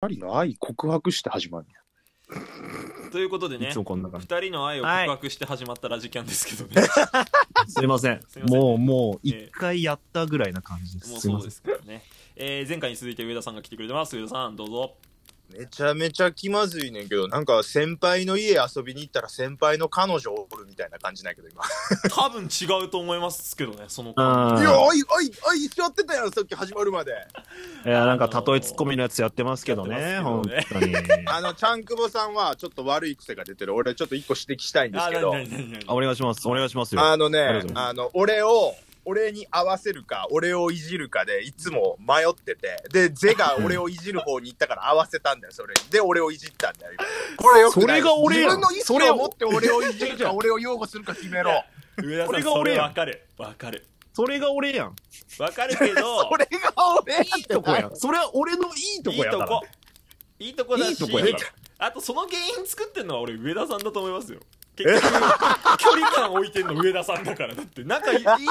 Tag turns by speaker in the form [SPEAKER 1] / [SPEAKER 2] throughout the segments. [SPEAKER 1] 二人の愛告白して始まるんや
[SPEAKER 2] ということで
[SPEAKER 3] い
[SPEAKER 2] ね
[SPEAKER 3] つもこんな感じ。
[SPEAKER 2] 二人の愛を告白して始まったラジキャンですけどね、
[SPEAKER 3] すいません
[SPEAKER 2] すいま。せん
[SPEAKER 3] もう、もう、
[SPEAKER 2] えー
[SPEAKER 3] 一回やったぐらいな感じで
[SPEAKER 2] もう
[SPEAKER 3] す。すい
[SPEAKER 2] そ
[SPEAKER 3] ま
[SPEAKER 2] う
[SPEAKER 3] せ
[SPEAKER 2] で
[SPEAKER 3] ん。
[SPEAKER 2] すけどね、えー前回に続いて上田さんが来てくれてます上田さんどうぞ
[SPEAKER 4] めちゃめちゃ気まずいねんけど、なんか先輩の家遊びに行ったら先輩の彼女おるみたいな感じないけど、今。
[SPEAKER 2] 多分違うと思いますけどねその子
[SPEAKER 3] あ
[SPEAKER 4] いや、
[SPEAKER 3] ー
[SPEAKER 4] おいおいおい、座ってたやん、さっき始ま るまで。
[SPEAKER 3] いや、なんか、例えツッコミのやつやってますけど
[SPEAKER 2] や
[SPEAKER 3] ね、
[SPEAKER 2] っ
[SPEAKER 3] 本
[SPEAKER 2] てます
[SPEAKER 3] 当に。
[SPEAKER 4] あの、ちゃんくぼさんはちょっと悪い癖が出てる。俺ちょっと一個指摘したいんですけど、
[SPEAKER 2] 何何何
[SPEAKER 3] あお願いします。お願いしますよ。
[SPEAKER 4] あの
[SPEAKER 3] ありが
[SPEAKER 4] ね
[SPEAKER 3] とうござい、ます
[SPEAKER 4] あの、俺を、俺に合わせるか、俺をいじるかで、いつも迷ってて、で、ゼが俺をいじる方に行ったから合わせたんだ よ、それに。で、俺をいじったんだよ、今これよくない
[SPEAKER 3] それが俺やん
[SPEAKER 4] 自分の意思を持って俺をいじるか、俺を擁護するか決めろ。
[SPEAKER 2] 上田さん
[SPEAKER 3] これが
[SPEAKER 2] そ
[SPEAKER 3] 俺
[SPEAKER 2] れ
[SPEAKER 3] やん
[SPEAKER 2] 分かる分かる
[SPEAKER 3] それが俺やん。
[SPEAKER 2] 分かるけ ど
[SPEAKER 4] 俺が俺やん
[SPEAKER 3] いいとこやん。それは俺のいいと
[SPEAKER 2] いい
[SPEAKER 3] こやか
[SPEAKER 2] と
[SPEAKER 3] ら。
[SPEAKER 2] こいいとこだし
[SPEAKER 3] いいとこやから
[SPEAKER 2] あとその原因作ってんのは俺上田さんだと思いますよ結 局距離感置いてんの上田さんだからだって仲いい分かん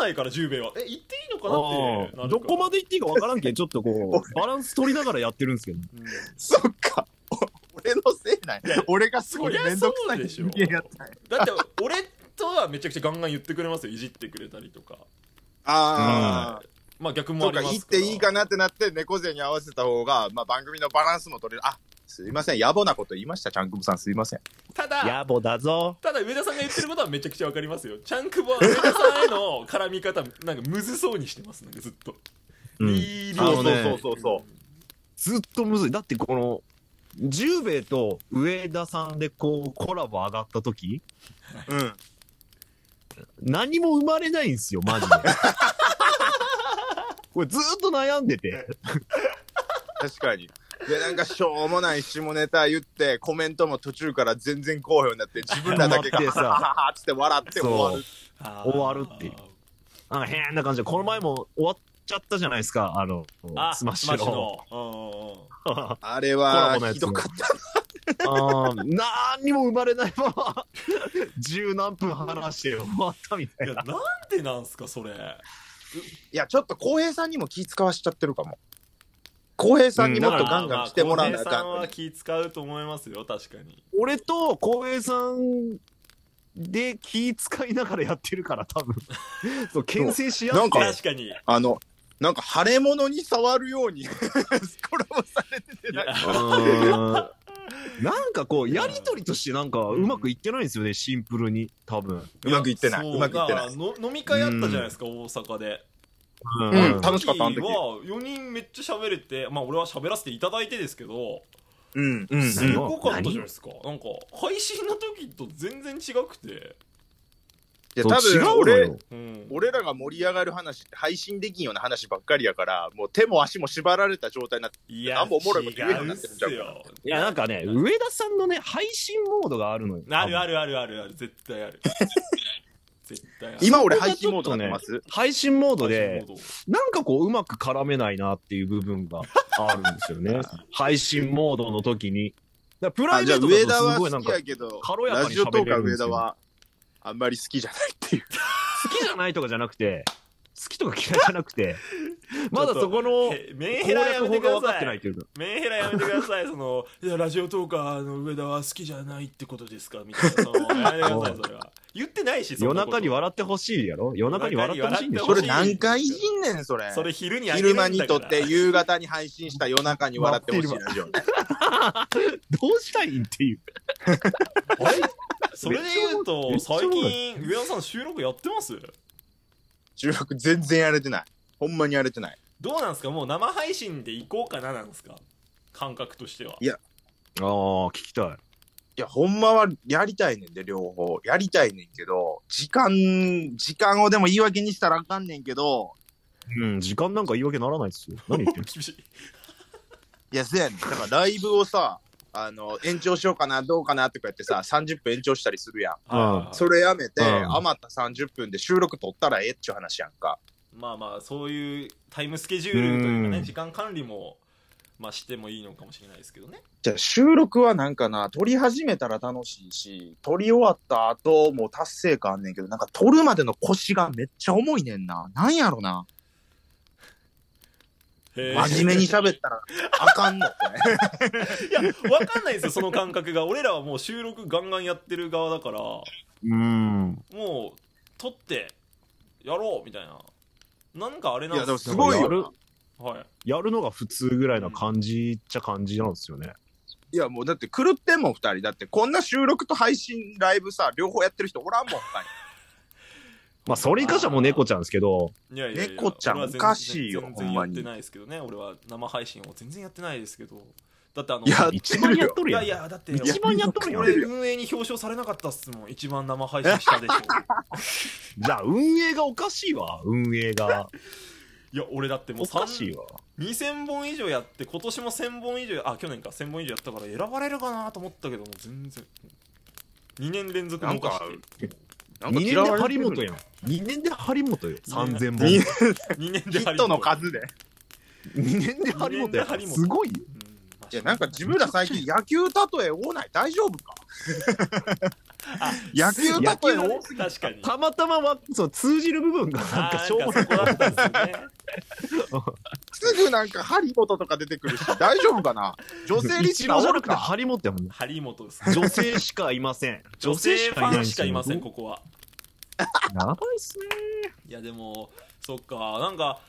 [SPEAKER 2] ないから十兵衛はえ言っていいのかなってな
[SPEAKER 3] あー
[SPEAKER 2] る
[SPEAKER 3] どこ
[SPEAKER 2] ま
[SPEAKER 3] まで行っていいかわからんけん、ちょっとこ う、バランス取りながらやってるんですけど。
[SPEAKER 4] そっか。お俺のせいない。俺がすごい面倒くさい人間やったんや
[SPEAKER 2] だって俺とはめちゃくちゃガンガン言ってくれますよいじってくれたりとか
[SPEAKER 4] ああ、
[SPEAKER 2] まあ逆も
[SPEAKER 4] そ
[SPEAKER 2] あ
[SPEAKER 4] う
[SPEAKER 2] りま
[SPEAKER 4] か、
[SPEAKER 2] すから
[SPEAKER 4] 行っていいかなってなって、猫背に合わせた方が、まあ番組のバランスも取れる。あ、すいません、野暮なこと言いました、ちゃんくぶさんすいません。
[SPEAKER 2] ただ
[SPEAKER 3] 野暮だぞ。
[SPEAKER 2] ただ上田さんが言ってることはめちゃくちゃわかりますよチャンクボは上田さんへの絡み方なんかむずそうにしてますなんかずっと、
[SPEAKER 3] うん
[SPEAKER 2] リーリ
[SPEAKER 3] あの
[SPEAKER 2] ー
[SPEAKER 3] ね
[SPEAKER 4] そうそうそうそう。
[SPEAKER 3] ずっとむずい。だってこの、十兵衛と上田さんでこう、コラボ上がった時、
[SPEAKER 4] うん。
[SPEAKER 3] 何も生まれないんですよ、マ ジで。これずーっと悩んでて。
[SPEAKER 4] 確かに。で、なんかしょうもない下ネタ言って、コメントも途中から全然好評になって、自分らだけが、
[SPEAKER 3] 待ってさ
[SPEAKER 4] はははつって笑って終わる。
[SPEAKER 2] あー
[SPEAKER 3] 終わるっていうなんか変な感じで、この前も終わっちゃったじゃないですか、あの、
[SPEAKER 2] あ
[SPEAKER 3] スマッシュの。
[SPEAKER 2] のうんうんうん
[SPEAKER 4] あれ
[SPEAKER 3] コラ
[SPEAKER 4] は
[SPEAKER 3] ボの、やつ
[SPEAKER 4] ひどかった。
[SPEAKER 3] あー何にも生まれないまま、十何分話して終わったみたい
[SPEAKER 2] い や
[SPEAKER 3] な。
[SPEAKER 2] なんでなんすかそれ
[SPEAKER 4] いや、ちょっと浩平さんにも気使わしちゃってるかも。浩平さんにもっとガンガン来てもらわなあ
[SPEAKER 2] まあまあ
[SPEAKER 4] か
[SPEAKER 2] まあ
[SPEAKER 4] ん。
[SPEAKER 2] 浩平さんは気使うと思いますよ確かに
[SPEAKER 3] 俺と浩平さんで気使いながらやってるから、多分。そう、牽制し合って。
[SPEAKER 4] なんか
[SPEAKER 2] 確かにい
[SPEAKER 4] あの、なんか腫れ物に触るように 、コラボされててな
[SPEAKER 2] や
[SPEAKER 4] んか、
[SPEAKER 3] なんかこう、やりとりとしてなんかうまくいってないんですよね、シンプルに、多分。
[SPEAKER 4] うまくいってない。
[SPEAKER 2] そう
[SPEAKER 4] うまくいってな
[SPEAKER 2] だか
[SPEAKER 4] い。
[SPEAKER 2] らの飲み会あったじゃないですか大阪で
[SPEAKER 4] うん、
[SPEAKER 3] た
[SPEAKER 4] 楽しかった、あの時。
[SPEAKER 2] は4人めっちゃ喋れてまあ俺は喋らせていただいてですけど
[SPEAKER 4] うん、うん、う
[SPEAKER 2] す
[SPEAKER 4] ん。
[SPEAKER 2] ごかったじゃないですかなんか配信の時と全然違くて
[SPEAKER 4] いや、
[SPEAKER 3] そう
[SPEAKER 4] 多分、
[SPEAKER 3] 違うの
[SPEAKER 4] 俺
[SPEAKER 3] よ、。
[SPEAKER 2] うん
[SPEAKER 4] 俺らが盛り上がる話って配信できんような話ばっかりやから、もう手も足も縛られた状態になって、
[SPEAKER 2] いや
[SPEAKER 4] なんもおもろいこと言え
[SPEAKER 2] 違
[SPEAKER 4] るように
[SPEAKER 2] う
[SPEAKER 4] な
[SPEAKER 2] っ
[SPEAKER 4] ってる
[SPEAKER 2] す
[SPEAKER 4] じゃん
[SPEAKER 2] よ
[SPEAKER 3] いや、なんかね、上田さんのね、配信モードがあるのよ。
[SPEAKER 2] あるあるあるあるある絶対あ る絶対ある
[SPEAKER 4] 今俺配信モードになってます、
[SPEAKER 3] 配信モード
[SPEAKER 2] 配
[SPEAKER 3] で
[SPEAKER 2] 信、モード
[SPEAKER 3] なんかこう、うまく絡めないなっていう部分があるんですよね。配信モードの時に。だから
[SPEAKER 4] あ、
[SPEAKER 3] プ
[SPEAKER 4] じゃ
[SPEAKER 3] ラ
[SPEAKER 4] あ
[SPEAKER 3] イベ
[SPEAKER 4] 上
[SPEAKER 3] ートだ
[SPEAKER 4] 田
[SPEAKER 3] と
[SPEAKER 4] は
[SPEAKER 3] すごいなん
[SPEAKER 4] 好き
[SPEAKER 3] か、好
[SPEAKER 4] やけど
[SPEAKER 3] 軽、やかに
[SPEAKER 4] ラジオト
[SPEAKER 3] 喋
[SPEAKER 4] ーク
[SPEAKER 3] れ
[SPEAKER 4] は
[SPEAKER 3] るんで
[SPEAKER 4] 上
[SPEAKER 3] すよ
[SPEAKER 4] 田は、あんまり好きじゃないっていう。
[SPEAKER 3] きじゃないとかじゃなくて、好きとか嫌いじゃなくて、まだそこの攻
[SPEAKER 2] へメンヘラやめ
[SPEAKER 3] 略法
[SPEAKER 2] てく
[SPEAKER 3] が
[SPEAKER 2] だ
[SPEAKER 3] 分かっ
[SPEAKER 2] さ
[SPEAKER 3] てない
[SPEAKER 2] い
[SPEAKER 3] というか。
[SPEAKER 2] メンヘラやめてくださいそのいやラジオトーカーの上田は好きじゃないってことですかみたいな そのやめてくださいそれは言ってないしそん
[SPEAKER 3] 夜
[SPEAKER 2] なこと
[SPEAKER 3] 中に笑ってほしいやろ夜中に笑ってほしいんでし
[SPEAKER 2] そ
[SPEAKER 3] ょ
[SPEAKER 2] れ何回いじ
[SPEAKER 4] んねん、それ
[SPEAKER 2] それ昼にあげる
[SPEAKER 4] 昼
[SPEAKER 2] んだか
[SPEAKER 4] 間
[SPEAKER 2] ら
[SPEAKER 4] に撮って、夕方に配信した夜中に笑ってほしいラジオね。
[SPEAKER 3] どうしたいんっていう。
[SPEAKER 2] それで言うと
[SPEAKER 3] めっちゃ
[SPEAKER 2] 最近上田さん収録やってます
[SPEAKER 4] 収録全然やれてない。ほんまにやれてない。
[SPEAKER 2] どうなんですかもう生配信で行こうかななんですか感覚としては
[SPEAKER 3] ああ、聞きたい。
[SPEAKER 4] いや、ほんまはやりたいねんで、両方。やりたいねんけど、時間、時間をでも言い訳にしたらあかんねんけど、
[SPEAKER 3] うん、時間なんか言い訳ならないですよ。何言ってる
[SPEAKER 2] 厳しい
[SPEAKER 4] いや、せやねん。だからライブをさ、あの、延長しようかな、どうかなとかやってさ、30分延長したりするやん。
[SPEAKER 3] あ
[SPEAKER 4] それやめて、
[SPEAKER 3] うん
[SPEAKER 4] 余った30分で収録撮ったらええっちゅう話やんか。
[SPEAKER 2] まあまあそういうタイムスケジュールというか
[SPEAKER 3] う
[SPEAKER 2] ね
[SPEAKER 3] ん
[SPEAKER 2] 時間管理もまあしてもいいのかもしれないですけどね
[SPEAKER 4] じゃあ収録はなんかな、撮り始めたら楽しいし、撮り終わった後もう達成感あんねんけど、なんか撮るまでの腰がめっちゃ重いねんな。なんやろな。
[SPEAKER 2] へー
[SPEAKER 4] 真面目に喋ったらあかんのこれ
[SPEAKER 2] いや、わかんないんですよ、その感覚が。俺らはもう収録ガンガンやってる側だから、も
[SPEAKER 3] うん。
[SPEAKER 2] う、撮って、やろうみたいな。なんかあれなん
[SPEAKER 4] いやでも
[SPEAKER 2] です
[SPEAKER 4] すごいよ
[SPEAKER 3] やる、
[SPEAKER 2] はい。
[SPEAKER 3] やるのが普通ぐらいな感じっちゃ感じなんですよね。
[SPEAKER 4] いやもうだって狂ってんもん2人だってこんな収録と配信ライブさ両方やってる人おらんもん他に
[SPEAKER 3] まあ、それに関してはもう猫ちゃんですけど、
[SPEAKER 2] いやいやいや
[SPEAKER 4] 猫ちゃん
[SPEAKER 2] 俺は全然
[SPEAKER 4] おかしいよ
[SPEAKER 2] 全
[SPEAKER 4] ほ
[SPEAKER 2] 然
[SPEAKER 4] ん
[SPEAKER 2] や
[SPEAKER 4] ま
[SPEAKER 2] っ
[SPEAKER 4] に
[SPEAKER 2] てないですけどね、俺は生配信を全然やってないですけど。だってあの、
[SPEAKER 4] いや
[SPEAKER 3] 一番やっと
[SPEAKER 2] い
[SPEAKER 3] るや
[SPEAKER 2] や
[SPEAKER 3] ん。
[SPEAKER 2] いや、だって、
[SPEAKER 3] 一番やっとるや
[SPEAKER 2] 俺
[SPEAKER 3] ん。
[SPEAKER 2] 運営に表彰されなかったっすもん。一番生配信したでしょ。
[SPEAKER 3] じゃあ、運営がおかしいわ、運営 が。
[SPEAKER 2] いや、俺だってもう
[SPEAKER 3] おかしい
[SPEAKER 2] 3
[SPEAKER 3] わ。
[SPEAKER 2] 2000本以上やって、今年も1000本以上、あ、去年か、1000本以上やったから選ばれるかなと思ったけど、もう全然。2年連続
[SPEAKER 4] なん
[SPEAKER 2] 逃
[SPEAKER 4] か
[SPEAKER 2] して
[SPEAKER 4] な
[SPEAKER 3] 2
[SPEAKER 4] んか
[SPEAKER 3] 年で
[SPEAKER 4] 嫌われて
[SPEAKER 3] 張
[SPEAKER 4] る
[SPEAKER 3] 本やん。2年で張本よ。3000本。
[SPEAKER 4] 二
[SPEAKER 3] 2
[SPEAKER 4] 年
[SPEAKER 2] 2年
[SPEAKER 4] ヒ
[SPEAKER 2] で
[SPEAKER 4] ットの数で
[SPEAKER 3] 年で張本
[SPEAKER 2] 二
[SPEAKER 3] や
[SPEAKER 2] 年で張
[SPEAKER 3] ん。
[SPEAKER 2] 本
[SPEAKER 3] すごいよ。
[SPEAKER 4] いやなんか自分ら最近野球例え多ない大丈夫か野球例え多
[SPEAKER 2] すぎ確かに
[SPEAKER 3] たまたまは、そう、通じる部分がなんかしょうもない。
[SPEAKER 2] あーなんかそこだったんですね
[SPEAKER 4] すぐなんか張本とか出てくる し大丈夫かな女性リス
[SPEAKER 3] 一
[SPEAKER 4] ナ
[SPEAKER 3] 番
[SPEAKER 4] ー
[SPEAKER 3] じ
[SPEAKER 4] お
[SPEAKER 3] ゃ
[SPEAKER 4] る
[SPEAKER 3] なくて
[SPEAKER 4] か
[SPEAKER 3] 張本やもんね。
[SPEAKER 2] 張本です
[SPEAKER 3] 女性しかいません。
[SPEAKER 2] 女性ファンしかいません
[SPEAKER 3] や
[SPEAKER 2] ここは
[SPEAKER 3] ばいっすね。
[SPEAKER 2] いやでもそっかなんか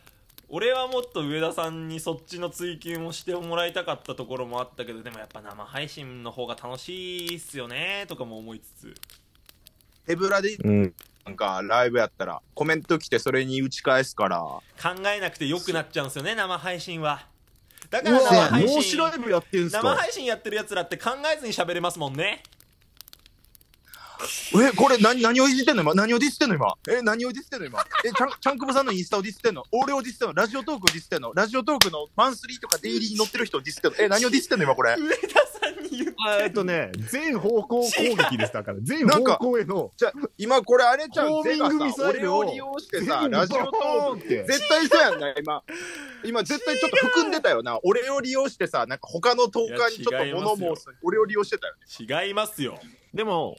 [SPEAKER 2] 俺はもっと上田さんにそっちの追求もしてもらいたかったところもあったけどでもやっぱ生配信の方が楽しいっすよねとかも思いつつ
[SPEAKER 4] 手ぶらで
[SPEAKER 3] うん。
[SPEAKER 4] なんかライブやったらコメント来てそれに打ち返すから
[SPEAKER 2] 考えなくて良くなっちゃうんですよね生配信はだか
[SPEAKER 3] う
[SPEAKER 2] ら
[SPEAKER 3] わ
[SPEAKER 2] 生配
[SPEAKER 3] 脳
[SPEAKER 2] 信
[SPEAKER 3] 死ライブやってんす
[SPEAKER 2] 生
[SPEAKER 3] か
[SPEAKER 2] 配信やってるやつらって考えずに喋れますもんね
[SPEAKER 4] え、これ何、何をいじってんの今何をディスってんの今え、何をディスってんの今え、ちゃん、ちゃんくぼさんのインスタをディスってんの俺をディスってんのラジオトークをディスってんのラジオトークのマンスリーとかデイリーに載ってる人をディスってんのえ、何をディスってんの今これ
[SPEAKER 2] 上田さんに言う
[SPEAKER 3] えっとね、全方向攻撃ですだから、全
[SPEAKER 4] なん
[SPEAKER 3] 方
[SPEAKER 4] か
[SPEAKER 3] 向への、
[SPEAKER 4] じゃ、今これあれちゃ
[SPEAKER 3] ホ
[SPEAKER 4] ん、
[SPEAKER 3] ーミ
[SPEAKER 4] ゼ
[SPEAKER 3] ン
[SPEAKER 4] が
[SPEAKER 3] グミ
[SPEAKER 4] さ、
[SPEAKER 3] サイ
[SPEAKER 4] 俺
[SPEAKER 3] ルを
[SPEAKER 4] を利用して
[SPEAKER 3] 全
[SPEAKER 4] さ
[SPEAKER 3] 部、
[SPEAKER 4] ラジオトー
[SPEAKER 3] ーンっ
[SPEAKER 4] ク、
[SPEAKER 3] て。
[SPEAKER 4] 絶対そうやんな、今。今絶対ちょっと含んでたよな。俺を利用してさ、なんか他のトーカーに
[SPEAKER 2] い
[SPEAKER 4] ちょっと
[SPEAKER 2] や違い
[SPEAKER 4] 物
[SPEAKER 2] ますよ
[SPEAKER 4] 申す。俺を利用してたよね。
[SPEAKER 2] 違いますよ
[SPEAKER 3] でも、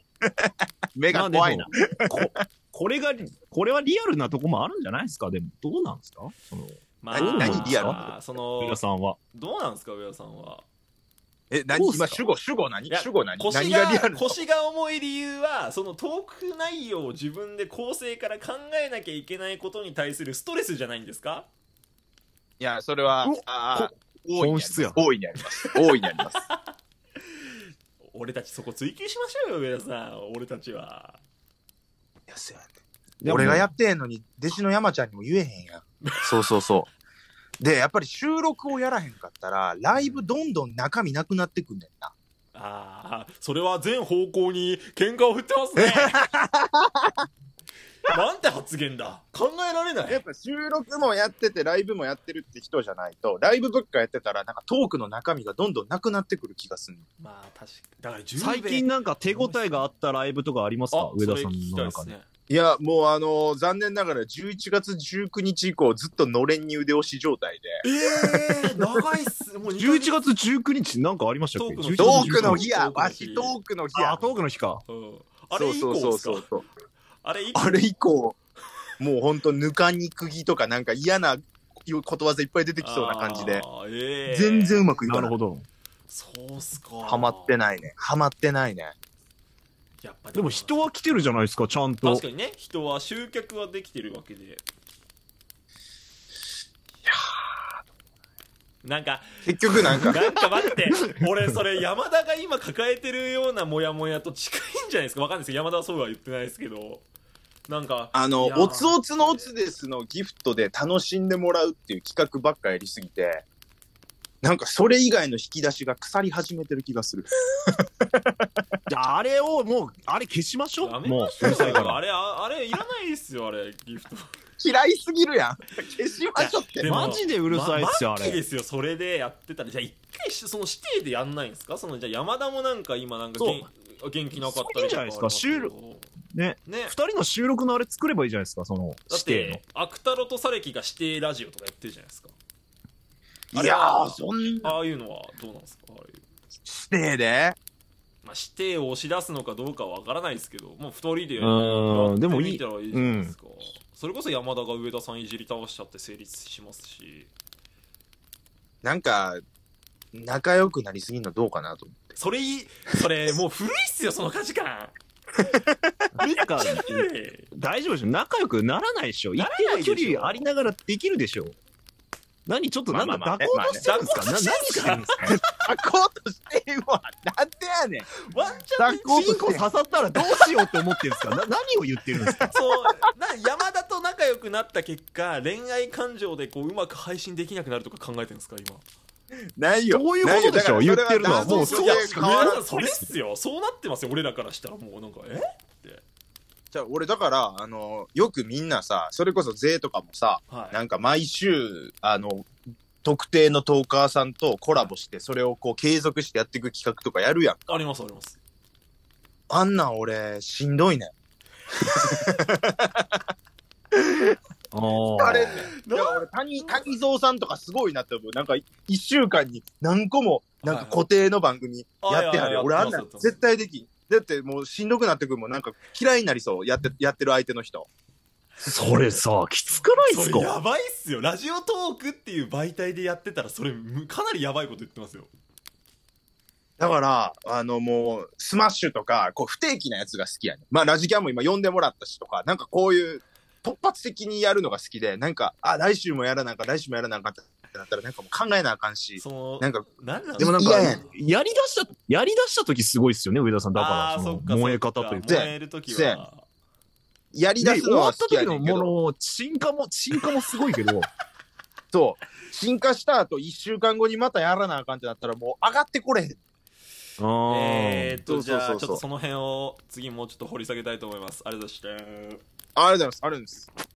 [SPEAKER 4] 目が怖いな。
[SPEAKER 3] まあでもここれが、これはリアルなとこもあるんじゃないですかでも、どうなんですかその、
[SPEAKER 2] まあ
[SPEAKER 4] 何
[SPEAKER 3] 何リアル
[SPEAKER 2] まあその
[SPEAKER 3] 皆さんは。
[SPEAKER 2] どうなんですか上田さんは
[SPEAKER 4] え、
[SPEAKER 3] ど
[SPEAKER 4] 何
[SPEAKER 3] うす
[SPEAKER 4] 今
[SPEAKER 3] か
[SPEAKER 4] 主語、主語何
[SPEAKER 2] いや
[SPEAKER 4] 主語何
[SPEAKER 2] 腰
[SPEAKER 4] 何
[SPEAKER 2] が
[SPEAKER 4] がリアル
[SPEAKER 2] 腰が重い理由はそのトーク内容を自分で構成から考えなきゃいけないことに対するストレスじゃないんですか
[SPEAKER 4] いや、それは
[SPEAKER 3] お、
[SPEAKER 4] あー大いにありま
[SPEAKER 3] 本
[SPEAKER 4] す
[SPEAKER 3] 質や
[SPEAKER 4] 大いにあります。大いにあります。
[SPEAKER 2] 俺たちそこ追求しましょうよ上田さん俺たちは
[SPEAKER 4] 俺がやってんのに、弟子の山ちゃんにも言えへんやん。そうそうそう。で、やっぱり収録をやらへんかったら、ライブどんどん中身なくなってくんねんな。
[SPEAKER 2] ああそれは全方向に喧嘩を振ってますねなんて発言だ考えられな
[SPEAKER 4] やっ
[SPEAKER 2] い
[SPEAKER 4] ぱ収録もやってて、ライブもやってるって人じゃないと、ライブばっかやってたら、なんかトークの中身がどんどんなくなってくる気がする。
[SPEAKER 2] まあ確かだから10
[SPEAKER 3] 最近なんか手応えがあったライブとかありますか
[SPEAKER 2] あ
[SPEAKER 3] 上田
[SPEAKER 2] そ
[SPEAKER 3] さ
[SPEAKER 2] れ聞
[SPEAKER 3] ん
[SPEAKER 2] きた
[SPEAKER 3] の
[SPEAKER 2] いです
[SPEAKER 3] 中で。
[SPEAKER 2] ね
[SPEAKER 4] いや、もうあのー残念ながら11月19日以降、ずっとのれんに腕押し状態で、
[SPEAKER 2] ええー、長いっすもう
[SPEAKER 3] 11
[SPEAKER 2] 2
[SPEAKER 3] 月19日なんかありましたっけ
[SPEAKER 2] トークの
[SPEAKER 3] 11
[SPEAKER 2] 日
[SPEAKER 3] 月
[SPEAKER 4] ト
[SPEAKER 3] 19日
[SPEAKER 4] ークの
[SPEAKER 2] トークの日
[SPEAKER 4] 日やわしトークの日や
[SPEAKER 3] あ、トークの日か。
[SPEAKER 2] うん、あれ以降
[SPEAKER 4] そう
[SPEAKER 2] です
[SPEAKER 4] そうそ
[SPEAKER 2] か
[SPEAKER 4] うそう。
[SPEAKER 2] あれ以降
[SPEAKER 4] あれ以降、もうほんとぬかに釘とかなんか嫌なことわざいっぱい出てきそうな感じで、
[SPEAKER 2] あー。えー
[SPEAKER 4] 全然うまくいか
[SPEAKER 3] な
[SPEAKER 4] な
[SPEAKER 3] る
[SPEAKER 4] い。
[SPEAKER 3] ほど。
[SPEAKER 2] そうっすか。
[SPEAKER 4] はまって
[SPEAKER 2] な
[SPEAKER 4] ないね。はまってないね。
[SPEAKER 2] い。やっぱ
[SPEAKER 3] でも人は来てるじゃないですか、ちゃんと
[SPEAKER 2] 確。かにね、人は集客はできてるわけで。なんか、
[SPEAKER 4] 結局なんか、
[SPEAKER 2] なんか待って、俺それ山田が今抱えてるようなモヤモヤと近いんじゃないですか。わかんないですけど、山田はそうは言ってないですけど。なんか、
[SPEAKER 4] あの、
[SPEAKER 2] いやー
[SPEAKER 4] おつおつのおつですのギフトで楽しんでもらうっていう企画ばっかやりすぎて、なんかそれ以外の引き出しが腐り始めてる気がする。
[SPEAKER 3] じゃああれをもう、あれ消しましょ
[SPEAKER 2] や
[SPEAKER 3] う。
[SPEAKER 2] め
[SPEAKER 3] も
[SPEAKER 2] ま
[SPEAKER 3] う
[SPEAKER 2] し、
[SPEAKER 3] う
[SPEAKER 2] ょ
[SPEAKER 3] る
[SPEAKER 2] う
[SPEAKER 3] さいから
[SPEAKER 2] よ。あ。れ、ああれいらないですよ、あれ、ギフト。
[SPEAKER 4] 嫌いすぎるやん。 消しましょって
[SPEAKER 2] で。も
[SPEAKER 3] マジでうるさいっすよ、あ
[SPEAKER 2] まマジで
[SPEAKER 3] れ。
[SPEAKER 2] すよ、それでやってたら、じゃあ一回し、その指定でやんないんですかその、じゃあ山田もなんか今なんか
[SPEAKER 3] そう
[SPEAKER 2] 元元気なかったりとか
[SPEAKER 3] そういいんじゃないですか
[SPEAKER 2] ありま
[SPEAKER 3] ね。
[SPEAKER 2] けどね
[SPEAKER 3] 二。人の収録のあれ作ればいいじゃないですか、その、
[SPEAKER 2] だっ
[SPEAKER 3] 指定の
[SPEAKER 2] て。、アクタロとサレキが指定ラジオとかやってるじゃないですか。
[SPEAKER 4] いやー、そんな
[SPEAKER 2] ああいうのはどうなんですかああいう。
[SPEAKER 4] してで。
[SPEAKER 2] まあ、指定を押し出すのかどうかはわからないですけど、もう二人でや
[SPEAKER 3] うーんでもいい
[SPEAKER 2] ってみたらいいじゃないですか。それこそ山田が上田さんいじり倒しちゃって成立しますし。
[SPEAKER 4] なんか、仲良くなりすぎるのどうかなと思って。
[SPEAKER 2] それいいそれもう古いっすよその価値 観
[SPEAKER 3] なんか、
[SPEAKER 2] 古い
[SPEAKER 3] 大丈夫でしょ仲良くならないでしょ一
[SPEAKER 2] ならないで
[SPEAKER 3] 定の
[SPEAKER 2] しょ
[SPEAKER 3] 距離ありながらできるでしょ何ちょっとなんか
[SPEAKER 4] まあまあ
[SPEAKER 3] 抱
[SPEAKER 4] ね
[SPEAKER 3] こうとしてるんですか、
[SPEAKER 2] まあね
[SPEAKER 3] な何してるんですか
[SPEAKER 4] あ、こうとしてるわ。なんでやねん。
[SPEAKER 2] ワンチャン
[SPEAKER 4] 抱こうと
[SPEAKER 3] チンコ
[SPEAKER 4] して
[SPEAKER 3] 刺さったらどうしようって思ってるんですかな何を言ってるんですか
[SPEAKER 2] そうな山田と仲良くなった結果恋愛感情でこううまく配信できなくなるとか考えてるんですか今
[SPEAKER 4] ないよ。
[SPEAKER 3] どういうことでしょう
[SPEAKER 4] ないよだか
[SPEAKER 3] 言って
[SPEAKER 4] ら
[SPEAKER 3] るのはもう
[SPEAKER 4] そ
[SPEAKER 3] そう
[SPEAKER 4] れ
[SPEAKER 2] い
[SPEAKER 4] は
[SPEAKER 2] や
[SPEAKER 4] 男性
[SPEAKER 2] 上
[SPEAKER 4] 変
[SPEAKER 2] 田
[SPEAKER 4] わら
[SPEAKER 2] さ
[SPEAKER 4] ん
[SPEAKER 2] んそれっすよそうなってますよ俺らからしたらもうなんかえ
[SPEAKER 4] じゃあ俺だから、あの、よくみんなさ、それこそ税とかもさ、
[SPEAKER 2] はい
[SPEAKER 4] なんか毎週、あの、特定のトーカーさんとコラボして、それをこう継続してやっていく企画とかやるやん。
[SPEAKER 2] ありますあります
[SPEAKER 4] あんなん俺、しんどいね。
[SPEAKER 3] あ
[SPEAKER 4] あれ、いや俺谷、谷蔵さんとかすごいなって思う。なんか、一週間に何個も、なんか固定の番組やってはる。
[SPEAKER 2] はいはい
[SPEAKER 4] 俺あんなん絶対できん。だってもうしんどくなってくるもん。なんか嫌いになりそう。やって、やってる相手の人。
[SPEAKER 3] それさ、きつくないっ
[SPEAKER 2] そ
[SPEAKER 3] す
[SPEAKER 2] れ
[SPEAKER 3] か
[SPEAKER 2] やばいっすよラジオトークっていう媒体でやってたらそれむかなりやばいこと言ってますよ
[SPEAKER 4] だから、あのもう、スマッシュとか、こう不定期なやつが好きやねん。まあラジキャンも今呼んでもらったしとか、なんかこういう突発的にやるのが好きで、なんか、あ、来週もやらなんか、来週もやらなんかってなったらなんかもう考えなあかんし、
[SPEAKER 2] その
[SPEAKER 4] なんか、
[SPEAKER 2] なんなん
[SPEAKER 3] でもなんか
[SPEAKER 4] いやいや、
[SPEAKER 3] やり出した、やり出した時すごいっすよね、上田さん。だ
[SPEAKER 2] あ
[SPEAKER 3] から、
[SPEAKER 2] ー
[SPEAKER 3] そ
[SPEAKER 2] そ
[SPEAKER 3] の
[SPEAKER 2] っか
[SPEAKER 3] 燃え方というか。
[SPEAKER 2] そっか燃える時
[SPEAKER 4] せや
[SPEAKER 2] は
[SPEAKER 4] やり出
[SPEAKER 3] で、
[SPEAKER 4] す
[SPEAKER 3] 終
[SPEAKER 4] の
[SPEAKER 3] わ
[SPEAKER 4] は
[SPEAKER 3] った
[SPEAKER 4] 好きや
[SPEAKER 3] 時
[SPEAKER 4] ね
[SPEAKER 3] の
[SPEAKER 4] んけど。
[SPEAKER 3] もの、沈下も、沈下もすごいけど、
[SPEAKER 4] そう。進化した後、一週間後にまたやらなあかんってなったら、もう上がってこれへ
[SPEAKER 3] あ
[SPEAKER 4] ん。
[SPEAKER 2] えー、っ
[SPEAKER 4] そ
[SPEAKER 2] と
[SPEAKER 4] う
[SPEAKER 2] じ
[SPEAKER 4] そうそう
[SPEAKER 2] ゃあ
[SPEAKER 4] そう
[SPEAKER 2] ちょっとその辺を次もうちょっと掘り下げたいと思いますありがとうございました
[SPEAKER 4] ありがとうございます。ありがとうございます。